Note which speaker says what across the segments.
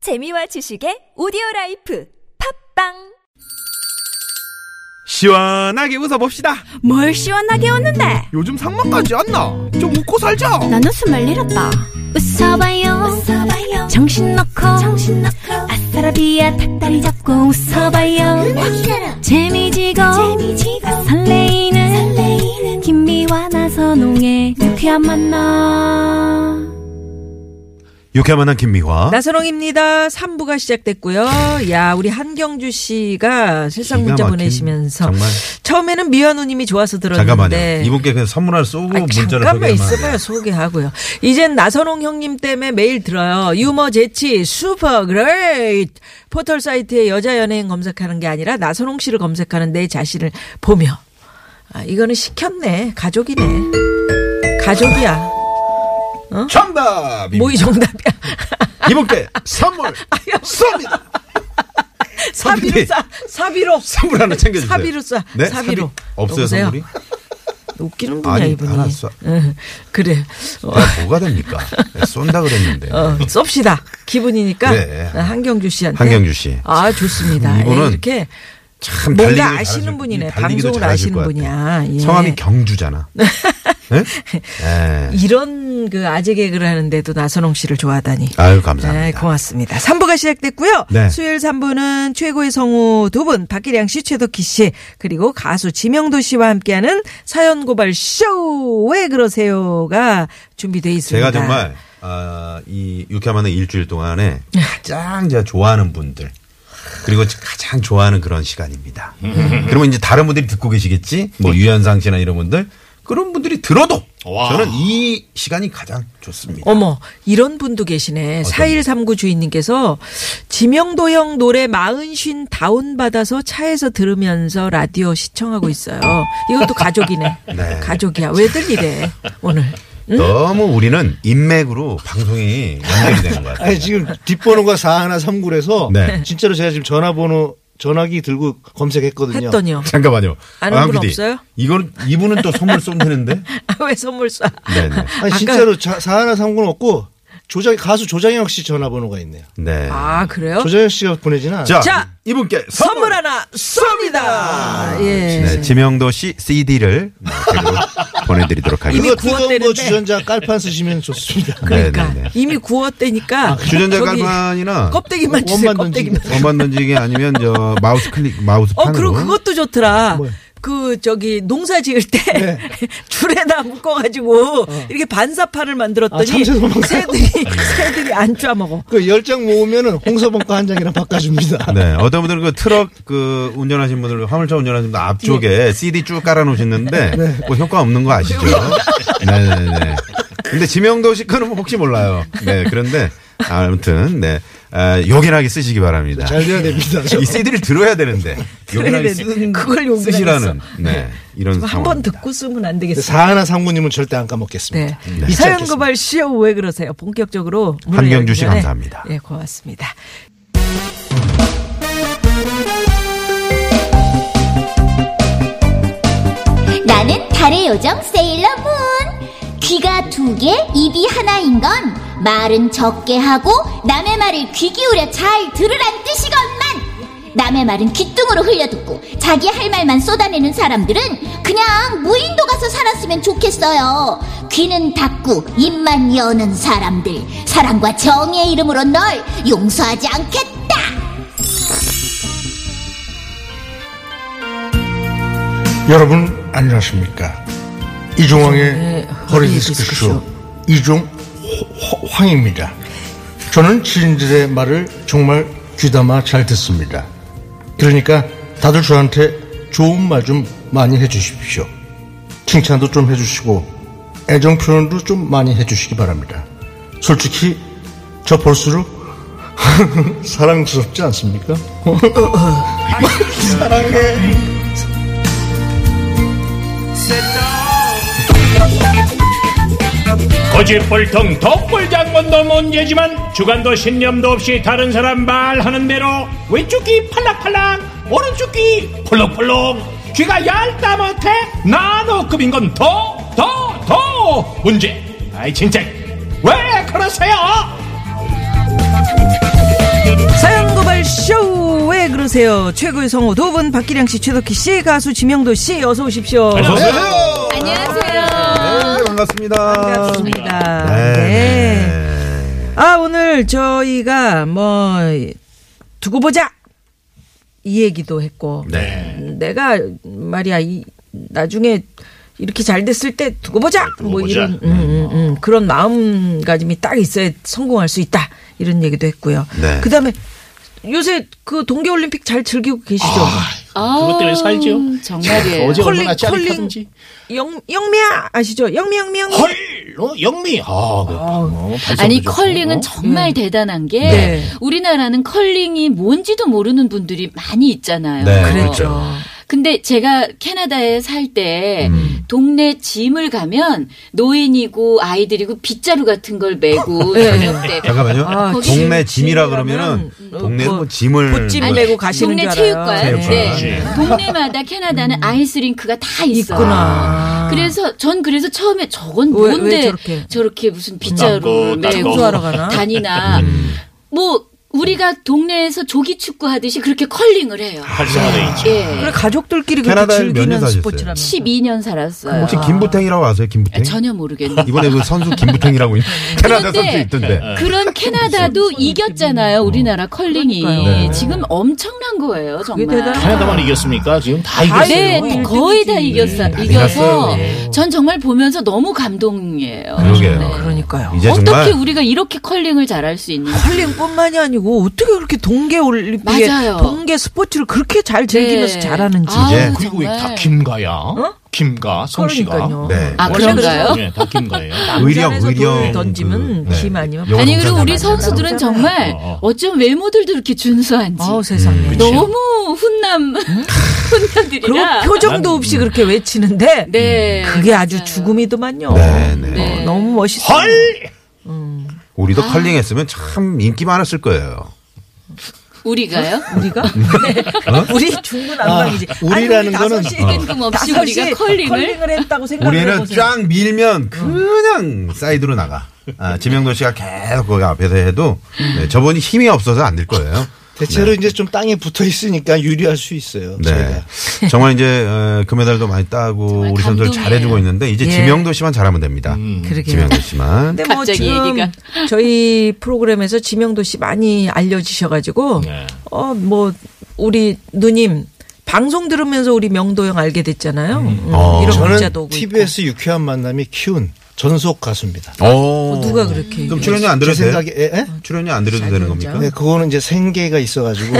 Speaker 1: 재미와 지식의 오디오 라이프 팝빵
Speaker 2: 시원하게 웃어봅시다.
Speaker 3: 뭘 시원하게 웃는데
Speaker 2: 요즘 상만까지 안 나. 좀 웃고 살자.
Speaker 3: 난 웃음을 잃었다 웃어봐요, 정신 놓고 아싸라비아 닭다리 잡고 웃어봐요 재미지고, 설레이는, 김미와 나선홍의 유쾌한 만남
Speaker 4: 유쾌한 만한 김미화.
Speaker 5: 나선홍입니다. 3부가 시작됐고요. 야, 우리 한경주 씨가
Speaker 4: 기가
Speaker 5: 실상 문자
Speaker 4: 막힌-
Speaker 5: 보내시면서
Speaker 4: 정말
Speaker 5: 처음에는 미연우님이 좋아서 들었는데
Speaker 4: 잠깐만요. 이분께 그냥 선물 하나 쏘고
Speaker 5: 아니,
Speaker 4: 문자를
Speaker 5: 잠깐만
Speaker 4: 소개하면
Speaker 5: 있어봐요. 소개하고요. 이젠 나선홍 형님 때문에 매일 들어요. 유머 재치 슈퍼 그레이트 포털 사이트에 여자 연예인 검색하는 게 아니라 나선홍 씨를 검색하는 내 자신을 보며 아, 이거는 시켰네. 가족이네. 가족이야.
Speaker 4: 정답.
Speaker 5: 어? 뭐 이 정답이야.
Speaker 4: 이분께 선물 쏩니다.
Speaker 5: 사비로
Speaker 4: 선배님.
Speaker 5: 싸 사비로
Speaker 4: 선물 네. 하나 챙겨주세요.
Speaker 5: 사비로 싸
Speaker 4: 네?
Speaker 5: 사비로
Speaker 4: 사비? 없어요
Speaker 5: 여보세요?
Speaker 4: 선물이?
Speaker 5: 웃기는 분이야
Speaker 4: 아니,
Speaker 5: 이분이
Speaker 4: 하나 쏴.
Speaker 5: 응, 그래 어,
Speaker 4: 아, 뭐가 됩니까? 네, 쏜다 그랬는데.
Speaker 5: 어, 쏩시다 기분이니까 아,
Speaker 4: 그래.
Speaker 5: 한경주 씨한테
Speaker 4: 네. 한경주 씨.
Speaker 5: 아 좋습니다
Speaker 4: 이분은
Speaker 5: 예, 이렇게
Speaker 4: 참
Speaker 5: 뭔가
Speaker 4: 달리기를
Speaker 5: 아시는
Speaker 4: 잘하실-
Speaker 5: 분이네.
Speaker 4: 달리기도
Speaker 5: 방송을
Speaker 4: 잘하실
Speaker 5: 아시는
Speaker 4: 것 같아요.
Speaker 5: 분이야. 예.
Speaker 4: 성함이 경주잖아. 네? 예.
Speaker 5: 이런 그 아재 개그를 하는데도 나선홍 씨를 좋아하다니
Speaker 4: 아유 감사합니다.
Speaker 5: 네, 고맙습니다. 3부가 시작됐고요.
Speaker 4: 네.
Speaker 5: 수요일 3부는 최고의 성우 두 분, 박기량 씨, 최덕희 씨, 그리고 가수 지명도 씨와 함께하는 사연 고발 쇼! 왜 그러세요가 준비돼 있습니다.
Speaker 4: 제가 정말 아, 이 유쾌만의 일주일 동안에 가장 제가 좋아하는 분들 그리고 가장 좋아하는 그런 시간입니다. 그러면 이제 다른 분들이 듣고 계시겠지?
Speaker 5: 네.
Speaker 4: 뭐 유현상 씨나 이런 분들 그런 분들이 들어도 저는 이 시간이 가장 좋습니다.
Speaker 5: 어머, 이런 분도 계시네. 4139 주인님께서 지명도 형 노래 마흔쉰 다운받아서 차에서 들으면서 라디오 시청하고 있어요. 이것도 가족이네.
Speaker 4: 네.
Speaker 5: 가족이야. 왜들 이래, 오늘.
Speaker 4: 너무 우리는 인맥으로 방송이 연결이 되는 것 같아요.
Speaker 6: 아니 지금 뒷번호가 4139에서
Speaker 4: 네.
Speaker 6: 진짜로 제가 지금 전화번호 전화기 들고 검색했거든요.
Speaker 5: 했더니요.
Speaker 4: 잠깐만요.
Speaker 5: 아는
Speaker 4: 아,
Speaker 5: 분
Speaker 4: PD.
Speaker 5: 없어요?
Speaker 4: 이거는 이분은 또 선물 쏜다는데?
Speaker 5: 아, 왜 선물 쏴?
Speaker 4: 네네.
Speaker 6: 아니 진짜로 4139는 없고 조장 가수 조장혁 씨 전화번호가 있네요.
Speaker 4: 네.
Speaker 5: 아, 그래요?
Speaker 6: 조장혁 씨가 보내진 않아.
Speaker 4: 자,
Speaker 5: 자,
Speaker 4: 이분께
Speaker 5: 선물
Speaker 4: 선물
Speaker 5: 하나 쏩니다. 예.
Speaker 4: 네, 지명도 씨 CD를 뭐 보내드리도록 하겠습니다.
Speaker 6: 이거 뜨거운
Speaker 5: 구웠대는데.
Speaker 6: 거 주전자 깔판 쓰시면 좋습니다.
Speaker 5: 그러니까
Speaker 4: 네네네.
Speaker 5: 이미 구웠대니까
Speaker 4: 주전자
Speaker 5: 저기
Speaker 4: 가방이나
Speaker 5: 껍데기만 주세요.
Speaker 6: 원만
Speaker 5: 껍데기만.
Speaker 4: 원반 던지기 아니면 저 마우스 클릭 마우스
Speaker 5: 어,
Speaker 4: 판으로
Speaker 5: 그리고 그것도 좋더라. 그 저기 농사 지을 때 줄에다 묶어가지고 이렇게 반사판을
Speaker 6: 아,
Speaker 5: 만들었더니
Speaker 6: 참새 도망가요.
Speaker 5: 새들이 새들이 안 쪼아먹어.
Speaker 6: 그 열 장 모으면은 홍서범 거 한 장이랑 바꿔줍니다.
Speaker 4: 네, 어떤 분들은 그 트럭 그 운전하신 분들 화물차 운전하신 분들
Speaker 5: 예.
Speaker 4: 앞쪽에 CD 쭉 깔아놓으시는데
Speaker 5: 네.
Speaker 4: 뭐 효과 없는 거 아시죠? 네네네. 근데 지명도 씨 거는 혹시 몰라요. 네, 그런데 아무튼 네 아, 요긴하게 쓰시기 바랍니다.
Speaker 6: 잘 돼야 됩니다. 저.
Speaker 4: 이 CD를 들어야 되는데 요긴하게
Speaker 5: 되는데
Speaker 4: 쓰,
Speaker 5: 그걸 요긴하게
Speaker 4: 쓰시라는 네 이런
Speaker 5: 한 번
Speaker 4: 상황입니다.
Speaker 5: 듣고 쓰면 안 되겠어.
Speaker 6: 4139님은 절대 안
Speaker 5: 네.
Speaker 6: 까먹겠습니다.
Speaker 5: 이
Speaker 6: 잊지
Speaker 5: 사연
Speaker 6: 않겠습니다.
Speaker 5: 고발 쇼 왜 그러세요? 본격적으로 문을
Speaker 4: 한경주
Speaker 5: 열기
Speaker 4: 씨
Speaker 5: 전에.
Speaker 4: 감사합니다.
Speaker 5: 예, 고맙습니다.
Speaker 7: 나는 달의 요정 세일러문 귀가 두 개, 입이 하나인 건 말은 적게 하고 남의 말을 귀 기울여 잘 들으란 뜻이건만 남의 말은 귓등으로 흘려듣고 자기 할 말만 쏟아내는 사람들은 그냥 무인도 가서 살았으면 좋겠어요 귀는 닫고 입만 여는 사람들 사랑과 정의의 이름으로 널 용서하지 않겠다
Speaker 8: 여러분 안녕하십니까 이종황의 네, 허리디스크쇼 이종 호- 황입니다 저는 지인들의 말을 정말 귀담아 잘 듣습니다 그러니까 다들 저한테 좋은 말 좀 많이 해주십시오 칭찬도 좀 해주시고 애정 표현도 좀 많이 해주시기 바랍니다 솔직히 저 볼수록 사랑스럽지 않습니까?
Speaker 9: 거짓불통 독불장군도 문제지만 주관도 신념도 없이 다른 사람 말하는 대로 왼쪽 귀 팔랑팔랑 오른쪽 귀 폴록폴록 귀가 얇다 못해 나노급인 건 더 더 더 문제 아이 진짜 왜 그러세요
Speaker 5: 안녕하세요. 최고의 성우 두 분 박기량 씨, 최덕희 씨, 가수 지명도 씨 어서 오십시오. 네,
Speaker 9: 어서 오세요.
Speaker 4: 안녕하세요. 네, 반갑습니다.
Speaker 5: 반갑습니다.
Speaker 4: 네.
Speaker 5: 네.
Speaker 4: 네.
Speaker 5: 아 오늘 저희가 뭐 두고 보자 이 얘기도 했고
Speaker 4: 네.
Speaker 5: 내가 말이야 이 나중에 이렇게 잘 됐을 때 두고 보자
Speaker 9: 네, 두고
Speaker 5: 뭐
Speaker 9: 보자.
Speaker 5: 이런 음, 음, 음, 그런 마음가짐이 딱 있어야 성공할 수 있다 이런 얘기도 했고요.
Speaker 4: 네.
Speaker 5: 그다음에 요새 그 동계올림픽 잘 즐기고 계시죠?
Speaker 4: 아,
Speaker 9: 그것 때문에 살죠.
Speaker 10: 정말이에요.
Speaker 9: 어제 얼마나
Speaker 5: 예, 컬링,
Speaker 9: 짜릿하던지.
Speaker 5: 영 영미야 아시죠? 영미 영미 영미.
Speaker 9: 헐, 어, 영미. 아, 그, 어, 발성도
Speaker 10: 아니
Speaker 9: 좋고.
Speaker 10: 컬링은 정말 대단한 게
Speaker 5: 네.
Speaker 10: 우리나라는 컬링이 뭔지도 모르는 분들이 많이 있잖아요.
Speaker 4: 네,
Speaker 5: 그랬죠.
Speaker 10: 근데 제가 캐나다에 살 때 동네 짐을 가면 노인이고 아이들이고 빗자루 같은 걸 메고 저녁 때
Speaker 4: 잠깐만요.
Speaker 5: 아,
Speaker 4: 동네
Speaker 5: 짐,
Speaker 4: 짐이라
Speaker 5: 짐이라면,
Speaker 4: 그러면은 동네
Speaker 5: 뭐
Speaker 4: 뭐 짐을
Speaker 5: 보찜
Speaker 4: 뭐-
Speaker 5: 메고 가시는
Speaker 10: 동네
Speaker 5: 줄
Speaker 10: 체육관.
Speaker 5: 알아요.
Speaker 4: 체육관.
Speaker 10: 네. 동네마다 캐나다는
Speaker 3: 음.
Speaker 10: 아이스링크가 다 있어요.
Speaker 5: 있구나.
Speaker 10: 그래서 전 그래서 처음에 저건
Speaker 5: 왜- 왜
Speaker 10: 뭔데
Speaker 5: 저렇게?
Speaker 10: 무슨 빗자루
Speaker 9: 닦고, 닦고.
Speaker 10: 메고
Speaker 5: 청소하러 가나?
Speaker 10: 다니나
Speaker 4: 음.
Speaker 10: 뭐 우리가 동네에서 조기 축구 하듯이 그렇게 컬링을 해요.
Speaker 9: 활성화돼 있죠.
Speaker 5: 그래
Speaker 10: 예.
Speaker 5: 가족들끼리 그렇게
Speaker 4: 캐나다에 몇년
Speaker 5: 즐기는
Speaker 4: 사셨어요?
Speaker 5: 스포츠라면
Speaker 10: 12년 살았어요.
Speaker 4: 혹시 김부탱이라고 아세요? 김부탱?
Speaker 10: 전혀 모르겠는데.
Speaker 4: 이번에 그 선수 김부탱이라고 있- 캐나다
Speaker 10: 그런데-
Speaker 4: 선수 있던데.
Speaker 10: 그런 캐나다도 이겼잖아요.
Speaker 4: 음.
Speaker 10: 우리나라 컬링이
Speaker 4: 네.
Speaker 5: 그러니까요.
Speaker 10: 지금 엄청난 거예요. 정말.
Speaker 5: 대단한
Speaker 9: 캐나다만 이겼습니까? 지금 다
Speaker 5: 다
Speaker 9: 이겼어요.
Speaker 10: 네,
Speaker 5: 이겼어요.
Speaker 10: 거의 다
Speaker 5: 네,
Speaker 10: 이겼어.
Speaker 4: 다
Speaker 10: 이겨서
Speaker 4: 이겼어요.
Speaker 10: 전 정말 보면서 너무 감동이에요.
Speaker 4: 그러게요.
Speaker 5: 네, 그러니까요.
Speaker 4: 이제
Speaker 10: 어떻게
Speaker 4: 정말
Speaker 10: 우리가 이렇게 컬링을 잘할 수 있는지.
Speaker 5: 컬링뿐만이 아니고 어떻게 그렇게 동계 올림픽에
Speaker 10: 맞아요.
Speaker 5: 동계 스포츠를 그렇게 잘 즐기면서
Speaker 10: 네.
Speaker 5: 잘하는지.
Speaker 10: 아우,
Speaker 4: 이제
Speaker 9: 그리고
Speaker 10: 정말.
Speaker 9: 다 김가야. 김가, 성씨가.
Speaker 5: 어, 그러니까요.
Speaker 4: 네.
Speaker 10: 아,
Speaker 9: 원래
Speaker 10: 그런가요?
Speaker 9: 네, 다 김가예요.
Speaker 4: 의령
Speaker 5: 남산에서
Speaker 4: 의령
Speaker 5: 돌 던지면
Speaker 4: 그-
Speaker 5: 김 아니면
Speaker 4: 영어
Speaker 10: 아니 그리고
Speaker 4: 동작이
Speaker 10: 우리
Speaker 4: 많이
Speaker 10: 선수들은
Speaker 4: 나오잖아요.
Speaker 10: 정말
Speaker 9: 어.
Speaker 10: 어쩜 외모들도 이렇게 준수한지
Speaker 5: 아우 음? 세상에.
Speaker 9: 그치.
Speaker 4: 그렇죠.
Speaker 10: 너무 훈남
Speaker 5: 그리고
Speaker 10: 훈남들이라
Speaker 5: 표정도 없이 그렇게 외치는데
Speaker 10: 네
Speaker 5: 그게 아주 죽음이더만요.
Speaker 4: 네, 네.
Speaker 10: 네.
Speaker 5: 어, 너무 멋있어.
Speaker 9: 헐!
Speaker 4: 우리도 컬링 했으면 참 인기 많았을 거예요.
Speaker 10: 우리가요?
Speaker 5: 우리가 네. 우리 중구 난방이지.
Speaker 6: 아, 우리라는
Speaker 5: 아니, 우리
Speaker 6: 거는
Speaker 5: 다섯이-
Speaker 10: 뜬금없이
Speaker 5: 다섯이
Speaker 10: 우리가 컬링을?
Speaker 5: 했다고 생각해
Speaker 4: 우리는
Speaker 5: 보세요.
Speaker 4: 쫙 밀면 그냥 사이드로 나가. 아, 지명도 씨가 계속 거기 앞에서 해도 네, 저번이 힘이 없어서 안 될 거예요.
Speaker 6: 대체로
Speaker 8: 네.
Speaker 6: 이제 좀 땅에 붙어 있으니까 유리할 수 있어요.
Speaker 4: 네.
Speaker 6: 제가.
Speaker 4: 정말 이제 어, 금메달도 많이 따고
Speaker 10: 정말
Speaker 4: 우리 선수들
Speaker 10: 감동이에요.
Speaker 4: 잘해주고 있는데 이제
Speaker 5: 예. 음.
Speaker 4: 지명도 씨만 잘하면 됩니다.
Speaker 5: 그러게요.
Speaker 4: 지명도 씨만.
Speaker 5: 근데 뭐
Speaker 10: 갑자기
Speaker 5: 지금
Speaker 10: 얘기가.
Speaker 5: 저희 프로그램에서 지명도 씨 많이 알려지셔가지고
Speaker 9: 네.
Speaker 5: 어 뭐 우리 누님 방송 들으면서 우리 명도 형 알게 됐잖아요. 음,
Speaker 4: 어.
Speaker 5: 이런
Speaker 6: 저는
Speaker 5: 문자도 오고 있고.
Speaker 6: TBS 유쾌한 만남이 키운 전속 가수입니다.
Speaker 4: 오.
Speaker 5: 어, 누가 그렇게
Speaker 4: 그럼 출연료 안
Speaker 6: 제
Speaker 4: 들어도 돼요?
Speaker 6: 생각에 예? 예?
Speaker 4: 출연료 안 들어도 되는 겁니까?
Speaker 6: 네, 그거는 이제 생계가
Speaker 5: 아,
Speaker 6: 있어가지고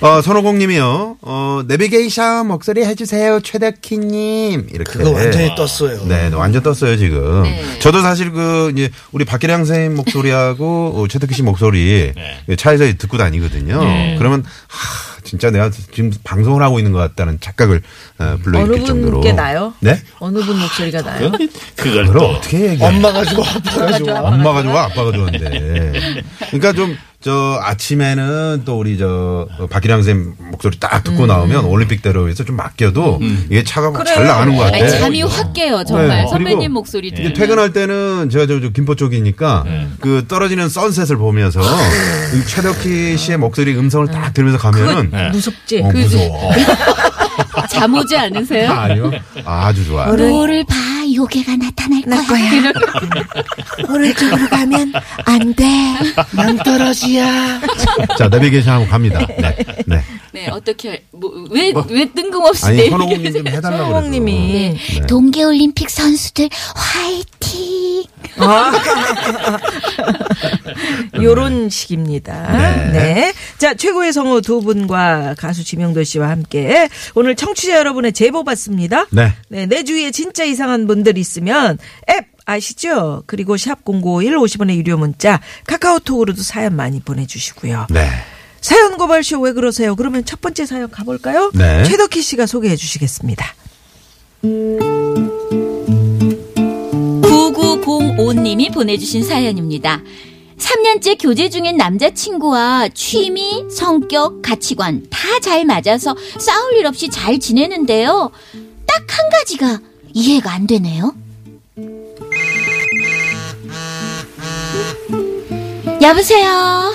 Speaker 4: 어, 선호공님이요. 어, 내비게이션 목소리 해주세요, 최덕희님. 이렇게.
Speaker 6: 그거 완전히 떴어요.
Speaker 4: 네, 완전 떴어요 지금. 저도 사실 그 이제 우리 박기량 선생님 목소리하고 어, 최덕희 씨 목소리
Speaker 6: 네.
Speaker 4: 예, 차에서 듣고 다니거든요. 그러면 하, 진짜 내가 지금 방송을 하고 있는 것 같다는 착각을 어,
Speaker 5: 어느
Speaker 4: 불러일으킬 정도로.
Speaker 5: 분께 나요?
Speaker 4: 네.
Speaker 5: 어느 분 목소리가 나요?
Speaker 9: 그걸
Speaker 4: 그걸
Speaker 9: 또.
Speaker 4: 어떻게 얘기해?
Speaker 6: 엄마가 좋아, 아빠가 좋아.
Speaker 4: 엄마가 좋아, 아빠가 좋은데. 그러니까 좀 저 아침에는 또 우리 저 박기량 선생님 목소리 딱 듣고 나오면 올림픽대로에서 좀 맡겨도
Speaker 6: 음.
Speaker 4: 이게 차가 막잘 나가는 것 같아.
Speaker 10: 아니, 잠이 확 깨요 정말
Speaker 4: 네.
Speaker 10: 선배님
Speaker 4: 그리고
Speaker 10: 목소리
Speaker 4: 이제
Speaker 10: 들으면
Speaker 7: 음.
Speaker 4: 퇴근할 때는 제가 저, 저 김포 쪽이니까 그 떨어지는 선셋을 보면서 이 최덕희 씨의 목소리 음성을 딱 들으면서 가면은
Speaker 5: 무섭지.
Speaker 4: 어,
Speaker 5: 그
Speaker 4: 무서워.
Speaker 10: 잠 오지 않으세요?
Speaker 4: 아니요. 아주 좋아.
Speaker 7: 너를 봐 요괴가 나타날 거야. 오른쪽으로 가면 안 돼.
Speaker 6: 떨어지야. 그렇죠.
Speaker 4: 자, 내비게이션 하고 갑니다. 네. 네.
Speaker 10: 네 어떻게 뭐왜왜 뜬금없이
Speaker 4: 아니,
Speaker 6: 네.
Speaker 10: 내
Speaker 4: 선호공님 좀 해달라고. 그래서.
Speaker 5: 선호공님이
Speaker 4: 네.
Speaker 7: 동계올림픽 선수들 화이팅.
Speaker 5: 아. 요런 식입니다. 네. 자, 최고의 성우 두 분과 가수 지명도 씨와 함께 오늘 청취자 여러분의 제보 받습니다.
Speaker 4: 네.
Speaker 5: 내 주위에 진짜 이상한 분들 있으면 앱 아시죠? 그리고 샵 0951 50원의 유료 문자 카카오톡으로도 사연 많이 보내주시고요.
Speaker 4: 네.
Speaker 5: 사연 고발쇼 왜 그러세요? 그러면 첫 번째 사연 가볼까요?
Speaker 4: 네.
Speaker 5: 최덕희 씨가 소개해 주시겠습니다.
Speaker 7: 9905님이 보내주신 사연입니다. 3년째 교제 중인 남자친구와 취미, 성격, 가치관 다 잘 맞아서 싸울 일 없이 잘 지내는데요. 딱 한 가지가 이해가 안 되네요. 여보세요.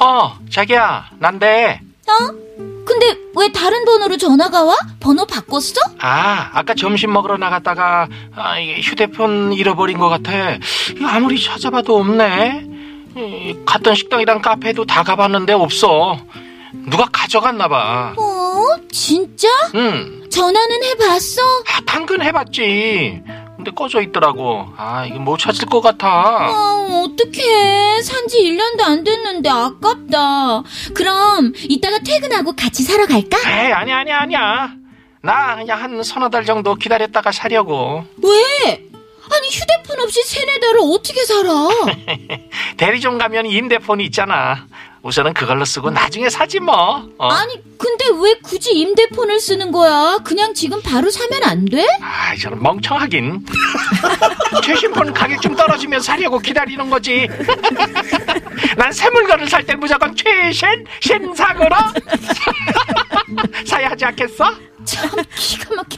Speaker 9: 어, 자기야, 난데.
Speaker 7: 어? 근데 왜 다른 번호로 전화가 와? 번호 바꿨어?
Speaker 9: 아, 아까 점심 먹으러 나갔다가 아, 이게 휴대폰 잃어버린 것 같아. 이거 아무리 찾아봐도 없네. 이, 갔던 식당이랑 카페도 다 가봤는데 없어. 누가 가져갔나 봐.
Speaker 7: 어? 진짜?
Speaker 9: 응.
Speaker 7: 전화는 해봤어?
Speaker 9: 아, 당근 해봤지. 근데 꺼져 있더라고. 아, 이거 못 찾을 것 같아.
Speaker 7: 아, 어떡해. 산지 1년도 안 됐는데 아깝다. 그럼 이따가 퇴근하고 같이 사러 갈까?
Speaker 9: 에이, 아니야, 아니야, 아니야. 나 그냥 한 서너 달 정도 기다렸다가 사려고.
Speaker 7: 왜? 아니 휴대폰 없이 세네 달을 어떻게 살아?
Speaker 9: 대리점 가면 임대폰이 있잖아. 우선은 그걸로 쓰고 나중에 사지 뭐. 어.
Speaker 7: 아니 근데 왜 굳이 임대폰을 쓰는 거야? 그냥 지금 바로 사면 안 돼?
Speaker 9: 아, 저는 멍청하긴. 최신폰 가격 좀 떨어지면 사려고 기다리는 거지. 난 새 물건을 살 때 무조건 최신 신상으로 사야 하지 않겠어?
Speaker 7: 참 기가 막혀.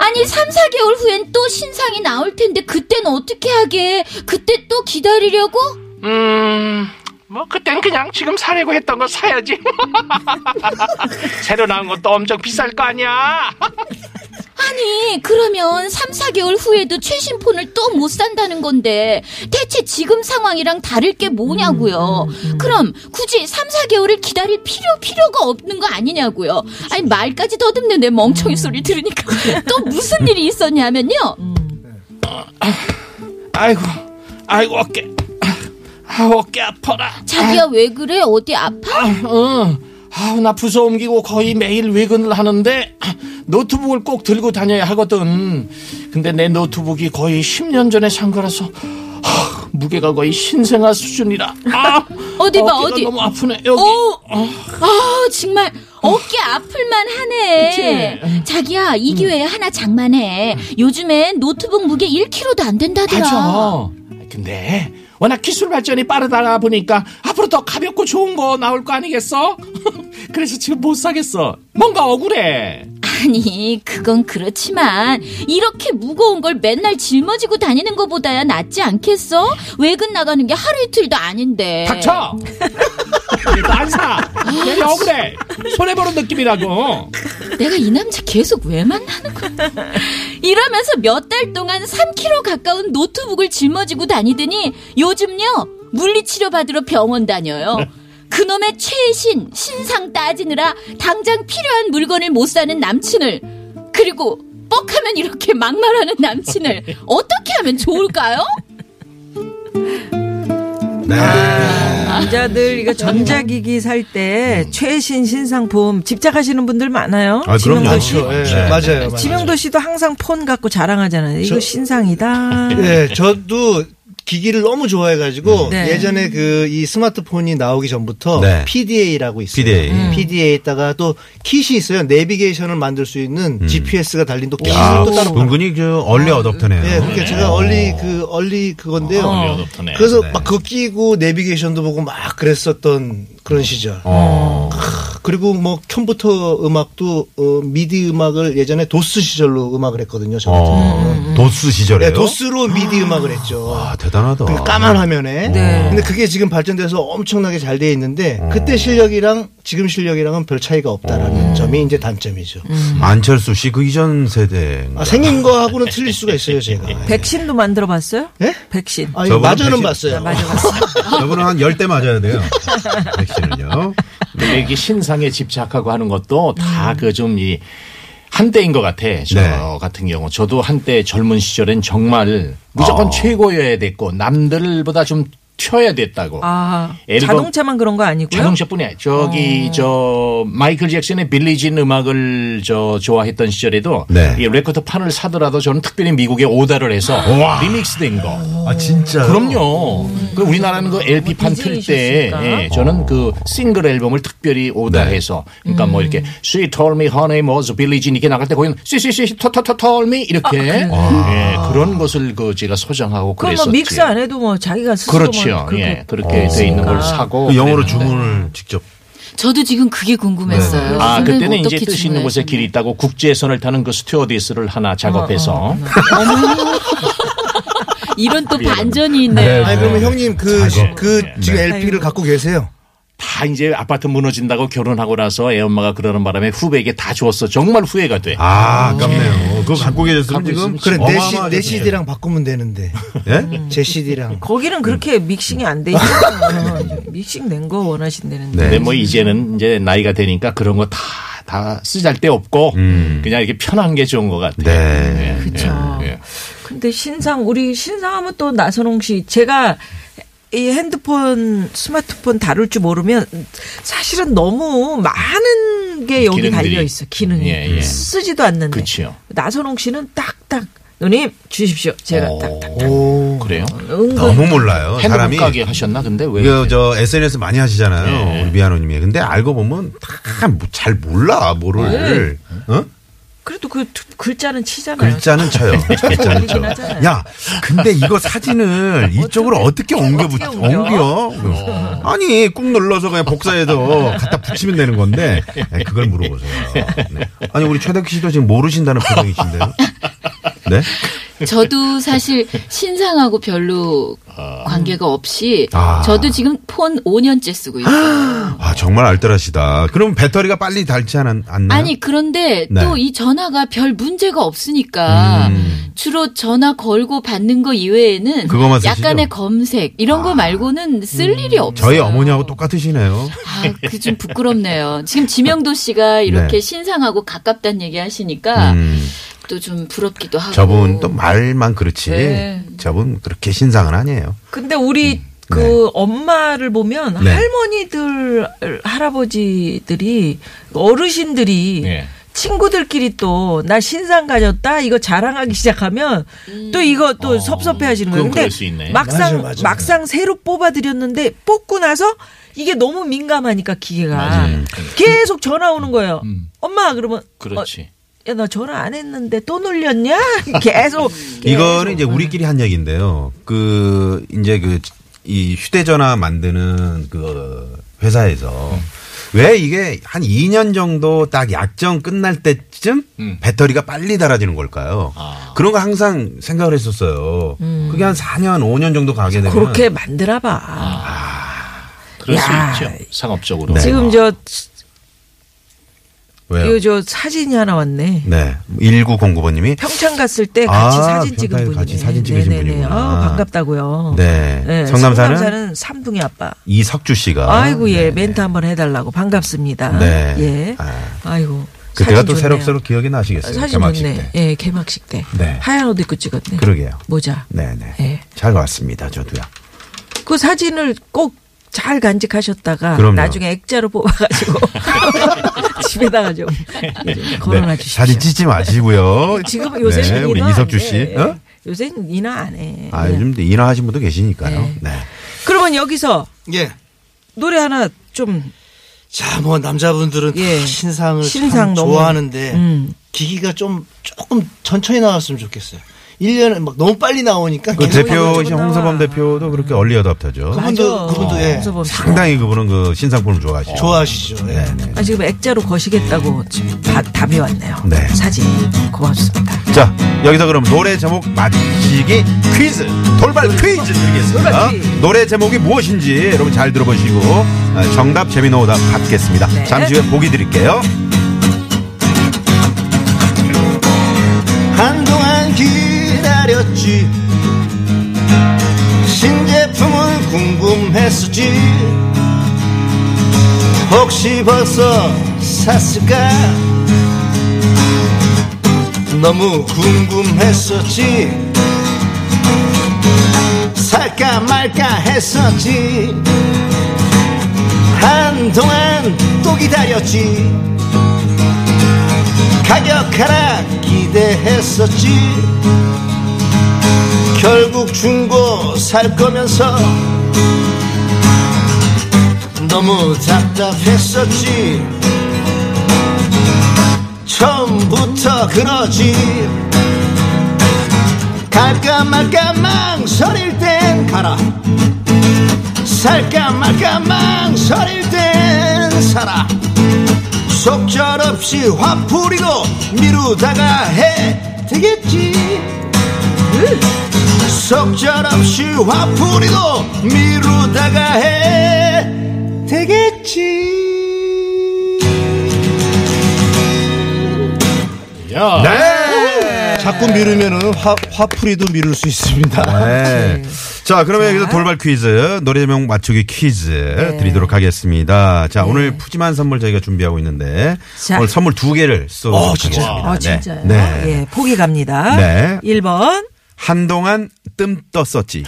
Speaker 7: 아니 3, 4개월 후엔 또 신상이 나올 텐데 그땐 어떻게 하게? 그때 또 기다리려고?
Speaker 9: 음, 뭐 그땐 그냥 지금 사려고 했던 거 사야지. 새로 나온 것도 엄청 비쌀 거 아니야.
Speaker 7: 아니 그러면 3, 4개월 후에도 최신 폰을 또 못 산다는 건데 대체 지금 상황이랑 다를 게 뭐냐고요. 그럼 굳이 3, 4개월을 기다릴 필요 필요가 없는 거 아니냐고요. 아니 말까지 더듬는 내 멍청이 소리 들으니까 또 무슨 일이 있었냐면요.
Speaker 11: 아이고, 아이고 어깨. 아, 어깨 아파라.
Speaker 7: 자기야 왜 그래? 어디 아파?
Speaker 11: 응. 아우 나 부서 옮기고 거의 매일 외근을 하는데 노트북을 꼭 들고 다녀야 하거든. 근데 내 노트북이 거의 10년 전에 산 거라서 하, 무게가 거의 신생아 수준이라. 아,
Speaker 7: 어디 봐,
Speaker 11: 어깨가
Speaker 7: 어디.
Speaker 11: 너무 아프네. 여기.
Speaker 7: 오! 아 정말 어깨 아플만 하네. 자기야
Speaker 11: 음.
Speaker 7: 이 기회에 하나 장만해. 요즘엔 노트북 무게 1kg도 안 된다더라.
Speaker 11: 맞아. 근데 워낙 기술 발전이 빠르다 보니까 앞으로 더 가볍고 좋은 거 나올 거 아니겠어? 그래서 지금 못 사겠어. 뭔가 억울해.
Speaker 7: 아니 그건 그렇지만 이렇게 무거운 걸 맨날 짊어지고 다니는 것보다야 낫지 않겠어? 외근 나가는 게 하루 이틀도 아닌데.
Speaker 11: 닥쳐!
Speaker 7: 네.
Speaker 11: 이거 안 사! 괜히 억울해! 손해보는 느낌이라고!
Speaker 7: 내가 이 남자 계속 왜 만나는 거야? 이러면서 몇 달 동안 3kg 가까운 노트북을 짊어지고 다니더니 요즘요 물리치료 받으러 병원 다녀요. 그놈의 최신 신상 따지느라 당장 필요한 물건을 못 사는 남친을 그리고 뻑하면 이렇게 막말하는 남친을 어떻게 하면 좋을까요?
Speaker 5: 남자들 이거 전자기기 살 때 최신 신상품 집착하시는 분들 많아요.
Speaker 4: 아, 그럼요.
Speaker 5: 지명도 씨.
Speaker 4: 네.
Speaker 6: 맞아요.
Speaker 5: 지명도 씨도 항상 폰 갖고 자랑하잖아요. 이거
Speaker 6: 저-
Speaker 5: 신상이다.
Speaker 6: 예, 저도 기기를 너무 좋아해가지고
Speaker 5: 네.
Speaker 6: 예전에 그 이 스마트폰이 나오기 전부터
Speaker 4: 음. 네.
Speaker 6: PDA라고 있어요.
Speaker 5: 음.
Speaker 4: PDA.
Speaker 6: 음. PDA에다가 또 킷이 있어요. 내비게이션을 만들 수 있는 GPS가 달린 또 킷이
Speaker 4: 음. 야,
Speaker 6: 또 따로.
Speaker 4: 은근히 그 얼리 어댑터네요.
Speaker 6: 예, 그러니까 제가 얼리 그 얼리 그건데요.
Speaker 5: 어.
Speaker 9: 어,
Speaker 4: 네,
Speaker 6: 그래서 막 그거 끼고 내비게이션도 보고 막 그랬었던 그런 시절.
Speaker 4: 어.
Speaker 6: 그리고 뭐 컴퓨터 음악도 어, 미디 음악을 예전에 도스 시절로 음악을 했거든요. 저 같은 경우는.
Speaker 4: 어. 도스 시절에요.
Speaker 6: 네, 도스로 미디 음악을 했죠.
Speaker 4: 아, 어. 대단하다.
Speaker 6: 그 까만 화면에. 근데 그게 지금 발전돼서 엄청나게 잘 돼 있는데
Speaker 4: 어.
Speaker 6: 그때 실력이랑 지금 실력이랑은 별 차이가
Speaker 4: 음.
Speaker 6: 없다라는 점이 이제 단점이죠.
Speaker 4: 안철수 씨 그 이전 세대.
Speaker 6: 아, 생긴 거하고는 틀릴 수가 있어요, 제가.
Speaker 5: 백신도 만들어 봤어요?
Speaker 6: 예?
Speaker 5: 백신.
Speaker 6: 아,
Speaker 4: 저분은
Speaker 6: 마저는
Speaker 4: 백신-
Speaker 6: 봤어요.
Speaker 4: 저분은 한 열 대 맞아야 돼요. 네, 백신은요.
Speaker 9: 근데 이게 신상에 집착하고 하는 것도 다 그 좀 이 한때인 것 같아. 저
Speaker 4: 네.
Speaker 9: 같은 경우 저도 한때 젊은 시절엔 정말 무조건
Speaker 4: 어.
Speaker 9: 최고여야 됐고 남들보다 좀 튀어야 됐다고.
Speaker 5: 아,
Speaker 9: 앨범-
Speaker 5: 자동차만 그런 거 아니고요?
Speaker 9: 자동차뿐이 아니라 저기 저 마이클 잭슨의 빌리진 음악을 저 좋아했던 시절에도
Speaker 4: 네.
Speaker 9: 이 레코드 판을 사더라도 저는 특별히 미국에 오다를 해서
Speaker 4: 우와.
Speaker 9: 리믹스된 거.
Speaker 4: 아, 진짜.
Speaker 9: 그럼요. 그 우리나라는 그 LP 판틀때
Speaker 5: 디제이셨을까?
Speaker 9: 저는 그 싱글 앨범을 특별히
Speaker 4: 네.
Speaker 9: 오다해서 그러니까 뭐 이렇게 She Told Me Her Name Was Billie Jean 이렇게 나갈 때 거기는 She She She To- To- To- Told Me 이렇게
Speaker 4: 아.
Speaker 9: 예, 그런 것을 그 제가 소장하고
Speaker 5: 그럼
Speaker 9: 그랬었지.
Speaker 5: 뭐 믹스 안 해도 뭐 자기가 스스로 뭐
Speaker 9: 그렇죠.
Speaker 5: 그렇게
Speaker 9: 예, 그렇게 돼 있는 걸 사고
Speaker 4: 어. 그 영어로
Speaker 9: 그랬는데.
Speaker 4: 주문을 직접.
Speaker 12: 저도 지금 그게 궁금했어요.
Speaker 9: 아,
Speaker 12: 저는
Speaker 9: 그때는 이제
Speaker 12: 어떻게
Speaker 9: 뜻 있는 곳에 길이
Speaker 12: 주문하셨나요?
Speaker 9: 있다고 국제선을 타는 그 스튜어디스를 하나 작업해서
Speaker 12: 이런 또 반전이 있네요.
Speaker 9: 아,
Speaker 7: 네.
Speaker 4: 네.
Speaker 6: 아니 그러면 그 형님 그 그
Speaker 9: 작업.
Speaker 6: 네. 지금 LP를 갖고 계세요?
Speaker 9: 다 이제 아파트 무너진다고 결혼하고 나서 애 엄마가 그러는 바람에 후배에게 다 주었어. 정말 후회가 돼.
Speaker 4: 아, 아깝네요. 그거 갖고 계셨으면 지금
Speaker 6: 그래 내, 시,
Speaker 4: 어마어마하게
Speaker 6: 내 CD랑 바꾸면 되는데
Speaker 4: 예?
Speaker 6: 제 CD랑
Speaker 5: 거기는 그렇게 믹싱이 안 되죠. 믹싱 된 거
Speaker 4: 네.
Speaker 5: 원하신다는데.
Speaker 9: 근데 뭐 이제는 이제 나이가 되니까 그런 거 다, 다 쓰잘데 없고 그냥 이렇게 편한 게 좋은 것 같아요.
Speaker 4: 음. 네.
Speaker 9: 예,
Speaker 5: 그쵸.
Speaker 9: 예, 예.
Speaker 5: 근데 신상 우리 신상하면 또 나선홍 씨 제가 이 핸드폰 스마트폰 다룰 줄 모르면 사실은 너무 많은 게 여기
Speaker 9: 기능들이.
Speaker 5: 달려 있어 기능이
Speaker 9: 예, 예.
Speaker 5: 쓰지도 않는데
Speaker 9: 그치요.
Speaker 5: 나선홍 씨는 딱딱 누님 주십시오 제가
Speaker 9: 어,
Speaker 5: 딱딱
Speaker 9: 그래요?
Speaker 5: 은근
Speaker 4: 너무 몰라요.
Speaker 9: 핸드폰
Speaker 4: 어, 사람이.
Speaker 9: 가게 하셨나 근데 왜?
Speaker 4: 이거 저 SNS 많이 하시잖아요.
Speaker 9: 예.
Speaker 4: 우리 미아노님이. 근데 알고 보면 다 잘 몰라, 뭐를. 어?
Speaker 5: 그래도 그 두- 글자는 치잖아요.
Speaker 4: 글자는 쳐요. 네. 글자는 쳐.
Speaker 5: 하잖아요.
Speaker 4: 야, 근데 이거 사진을 이쪽으로 어떻게 옮겨 어. 붙
Speaker 5: 어떻게 옮겨?
Speaker 4: 옮겨? 아니, 꾹 눌러서 그냥 복사해서 갖다 붙이면 되는 건데 네, 그걸 물어보세요. 네. 아니 우리 최덕희 씨도 지금 모르신다는 표정이신데요. 네?
Speaker 10: 저도 사실 신상하고 별로 관계가 없이
Speaker 4: 아.
Speaker 10: 저도 지금 폰 5년째 쓰고 있어요.
Speaker 4: 아 정말 알뜰하시다. 그럼 배터리가 빨리 닳지 않, 않나요?
Speaker 10: 아니 그런데
Speaker 4: 네.
Speaker 10: 또 이 전화가 별 문제가 없으니까 주로 전화 걸고 받는 거 이외에는
Speaker 4: 음. 그거만 쓰시죠? 아. 음.
Speaker 10: 약간의 검색 이런 거 말고는 쓸 일이 없어요.
Speaker 4: 저희 어머니하고 똑같으시네요.
Speaker 10: 아, 그 좀 부끄럽네요. 지금 지명도 씨가 이렇게
Speaker 4: 네.
Speaker 10: 신상하고 가깝다는 얘기 하시니까
Speaker 4: 음,
Speaker 10: 또 좀 부럽기도 하고.
Speaker 4: 저분 또 말만 그렇지.
Speaker 10: 아. 네.
Speaker 4: 저분 그렇게 신상은 아니에요.
Speaker 5: 근데
Speaker 9: 음.
Speaker 5: 우리 그
Speaker 9: 네.
Speaker 5: 엄마를 보면
Speaker 4: 네.
Speaker 5: 할머니들 할아버지들이 어르신들이
Speaker 9: 예.
Speaker 5: 친구들끼리 또 나 신상 가졌다 이거 자랑하기 시작하면 또 이거 또 섭섭해하시는 거예요.
Speaker 9: 어, 그건
Speaker 5: 근데
Speaker 9: 그럴 수 있네.
Speaker 5: 막상
Speaker 6: 맞아, 맞아.
Speaker 5: 막상 새로 뽑아드렸는데 뽑고 나서 이게 너무 민감하니까 기계가
Speaker 9: 음,
Speaker 5: 계속 전화 오는 거예요. 엄마 그러면
Speaker 9: 그러니까. 그렇지.
Speaker 5: 어, 야나 전화 안 했는데 또 놀렸냐? 계속,
Speaker 9: 음.
Speaker 4: 이거는
Speaker 5: 네.
Speaker 4: 이제 우리끼리 한 얘기인데요. 그 이제 그 이 휴대전화 만드는 그 회사에서
Speaker 5: 음.
Speaker 4: 왜 이게 한 2년 정도 딱 약정 끝날 때쯤
Speaker 5: 음.
Speaker 4: 배터리가 빨리 닳아지는 걸까요? 그런 거 항상 생각을 했었어요. 그게 한 4년, 5년 정도 가게 되면
Speaker 5: 음. 그렇게 만들어봐.
Speaker 9: 아, 그럴
Speaker 5: 어, 야.
Speaker 9: 수 있죠. 상업적으로.
Speaker 4: 네.
Speaker 9: 어.
Speaker 5: 지금 저,
Speaker 4: 왜요?
Speaker 5: 이거 저 사진이 하나 왔네.
Speaker 4: 네. 1909번님이
Speaker 5: 평창 갔을 때 같이
Speaker 4: 아,
Speaker 5: 사진 찍은
Speaker 4: 평창에
Speaker 5: 분이네.
Speaker 4: 같이 사진 찍으신 분이구나.
Speaker 5: 아, 반갑다고요.
Speaker 4: 네.
Speaker 5: 네,
Speaker 4: 성남사는,
Speaker 5: 성남사는 삼둥이 아빠.
Speaker 4: 이석주 씨가
Speaker 5: 아이고 예
Speaker 4: 네.
Speaker 5: 멘트 한번 해달라고 반갑습니다.
Speaker 4: 네.
Speaker 5: 예.
Speaker 4: 아.
Speaker 5: 아. 이고
Speaker 4: 그때가 또 새록새록 기억이 나시겠어요.
Speaker 5: 사진
Speaker 4: 개막식
Speaker 5: 좋네.
Speaker 4: 때.
Speaker 5: 예 개막식 때.
Speaker 4: 네.
Speaker 5: 하얀 옷 입고 찍었네.
Speaker 4: 그러게요.
Speaker 5: 모자.
Speaker 4: 네네.
Speaker 5: 예.
Speaker 4: 잘 왔습니다. 저도요.
Speaker 5: 그 사진을 꼭 잘 간직하셨다가
Speaker 4: 그럼요.
Speaker 5: 나중에 액자로 뽑아가지고 집에다가 좀 걸어놔
Speaker 4: 네,
Speaker 5: 주십시오.
Speaker 4: 사진 찢지 마시고요.
Speaker 5: 지금 요새
Speaker 4: 네, 우리 이석주 씨. 어?
Speaker 5: 요새 인화 안 해.
Speaker 4: 아,
Speaker 5: 그냥.
Speaker 4: 요즘 인화하신 분도 계시니까요.
Speaker 5: 네.
Speaker 4: 네.
Speaker 5: 그러면 여기서
Speaker 6: 예.
Speaker 5: 노래 하나 좀
Speaker 6: 자, 뭐 남자분들은
Speaker 5: 예.
Speaker 6: 다 신상을
Speaker 5: 신상
Speaker 6: 참
Speaker 5: 너무-
Speaker 6: 좋아하는데
Speaker 5: 음.
Speaker 6: 기기가 좀 조금 천천히 나왔으면 좋겠어요. 1년에 막 너무 빨리 나오니까
Speaker 4: 그
Speaker 6: 계속
Speaker 4: 대표,
Speaker 5: 저거 나와.
Speaker 4: 홍서범 대표도 그렇게 얼리어답터죠.
Speaker 6: 그분도- 그분도, 예.
Speaker 5: 홍서범 씨.
Speaker 4: 상당히 그분은 그 신상품을 좋아하시죠. 네,
Speaker 6: 좋아하시죠. 예.
Speaker 5: 아, 지금 액자로 거시겠다고 지금 다- 답이 왔네요.
Speaker 4: 네.
Speaker 5: 사진 고맙습니다.
Speaker 4: 자, 여기서 그럼 노래 제목 맞히기 퀴즈, 돌발 퀴즈 드리겠습니다.
Speaker 5: 돌발 퀴즈.
Speaker 4: 노래 제목이 무엇인지 여러분 잘 들어보시고 아, 정답 재미노 오답 받겠습니다.
Speaker 5: 네.
Speaker 4: 잠시 후에 보기 드릴게요.
Speaker 6: 한동안 기다렸지 신제품은 궁금했었지 혹시 벌써 샀을까 너무 궁금했었지 살까 말까 했었지 한동안 또 기다렸지 가격 하락 기대했었지 결국 중고 살 거면서 너무 답답했었지 처음부터 그러지 갈까 말까 망설일 땐 가라 살까 말까 망설일 땐 사라 속절없이 화풀이고 미루다가 해 되겠지 속절없이 화풀이고 미루다가 해 되겠지 네. 자꾸 미루면은 화, 화풀이도 미룰 수 있습니다.
Speaker 4: 네. 자, 그러면 여기서 돌발 퀴즈, 노래 제목 맞추기 퀴즈
Speaker 5: 네.
Speaker 4: 드리도록 하겠습니다. 자, 오늘 푸짐한 선물 저희가 준비하고 있는데
Speaker 5: 자.
Speaker 4: 오늘 선물 두 개를 쏘도록
Speaker 5: 어,
Speaker 4: 하겠습니다.
Speaker 5: 아, 진짜요?
Speaker 4: 네. 네.
Speaker 5: 예, 포기 갑니다.
Speaker 4: 네.
Speaker 5: 1번.
Speaker 4: 한동안 뜸 떴었지.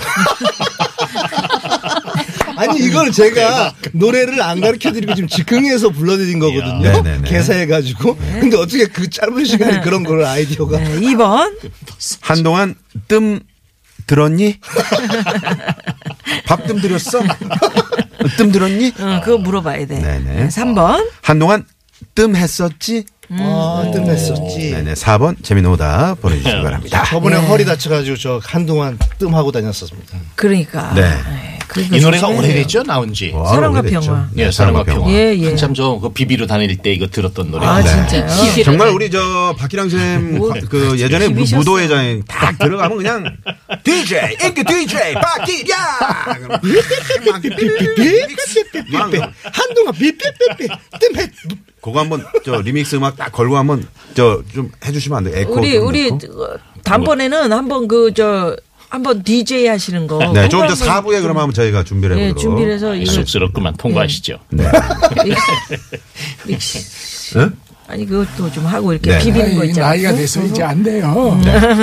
Speaker 6: 아니 이걸 제가 노래를 안 가르쳐 드리고 지금 즉흥해서 불러드린 거거든요.
Speaker 4: 네네네. 네.
Speaker 6: 개사해 가지고. 근데 어떻게 그 짧은 시간에 그런 걸 아이디어가
Speaker 5: 2번.
Speaker 4: 한동안 뜸 들었니? 밥 뜸 들였어? 뜸 들었니?
Speaker 5: 응, 그거 물어봐야 돼.
Speaker 4: 네네.
Speaker 5: 3번.
Speaker 4: 한동안 뜸 했었지?
Speaker 6: 아,
Speaker 5: 예.
Speaker 6: 뜸했었지.
Speaker 4: 음. 네.
Speaker 6: 아,
Speaker 4: 네네. 네. 4번 재미난 오답
Speaker 5: 네.
Speaker 4: 보내주시기 바랍니다.
Speaker 6: 저번에 허리 다쳐가지고 저 한동안 뜸하고 다녔었습니다.
Speaker 5: 그러니까.
Speaker 4: 네.
Speaker 5: 예, 그러니까
Speaker 13: 이 노래가
Speaker 5: 정말
Speaker 13: 오래됐죠 나온 지.
Speaker 4: 와,
Speaker 5: 아, 사랑과
Speaker 4: 오래됐죠. 네,
Speaker 5: 평화.
Speaker 13: 예, 사랑과 평화.
Speaker 5: 예, 예.
Speaker 13: 한참 저그 비비로 다닐 때 이거 들었던 노래.
Speaker 4: 네.
Speaker 5: 아, 진짜요?
Speaker 4: 정말 우리 저 박기랑
Speaker 5: 뭐,
Speaker 4: 쌤그 예전에 그
Speaker 5: 비비셨어.
Speaker 4: 무도회장에 딱 들어가면 그냥 DJ 인기 DJ 박기량 그럼 막
Speaker 6: 한동안 삐삐삐삐 뜸했.
Speaker 4: 그거 한번 저 리믹스 음악 딱 걸고 한번 저 좀 해주시면 안 돼요? 에코
Speaker 5: 우리
Speaker 4: 좀
Speaker 5: 우리
Speaker 4: 넣고.
Speaker 5: 어, 단번에는 한번 그 저 한번 DJ 하시는 거.
Speaker 4: 네,
Speaker 5: 그거
Speaker 4: 조금 더
Speaker 5: 어, 한번
Speaker 4: 4부에 그러면 한번 저희가 준비를
Speaker 5: 예,
Speaker 4: 해보도록. 네,
Speaker 5: 준비를 해서
Speaker 13: 아,
Speaker 5: 이거 네.
Speaker 13: 쑥스럽구만 통과하시죠.
Speaker 5: 믹시.
Speaker 4: 응?
Speaker 5: 아니 그것도 좀 하고 이렇게
Speaker 4: 예? 네.
Speaker 5: 비비는 거
Speaker 14: 이
Speaker 5: 있잖아요.
Speaker 14: 나이가 돼서 이제 안 돼요.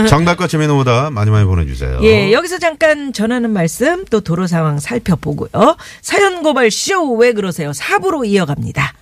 Speaker 4: 정답과 재미는 오다 많이 많이 보내주세요.
Speaker 5: 예, 여기서 잠깐 전하는 말씀 또 도로 상황 살펴보고요. 사연 고발 쇼 왜 그러세요? 4부로 이어갑니다.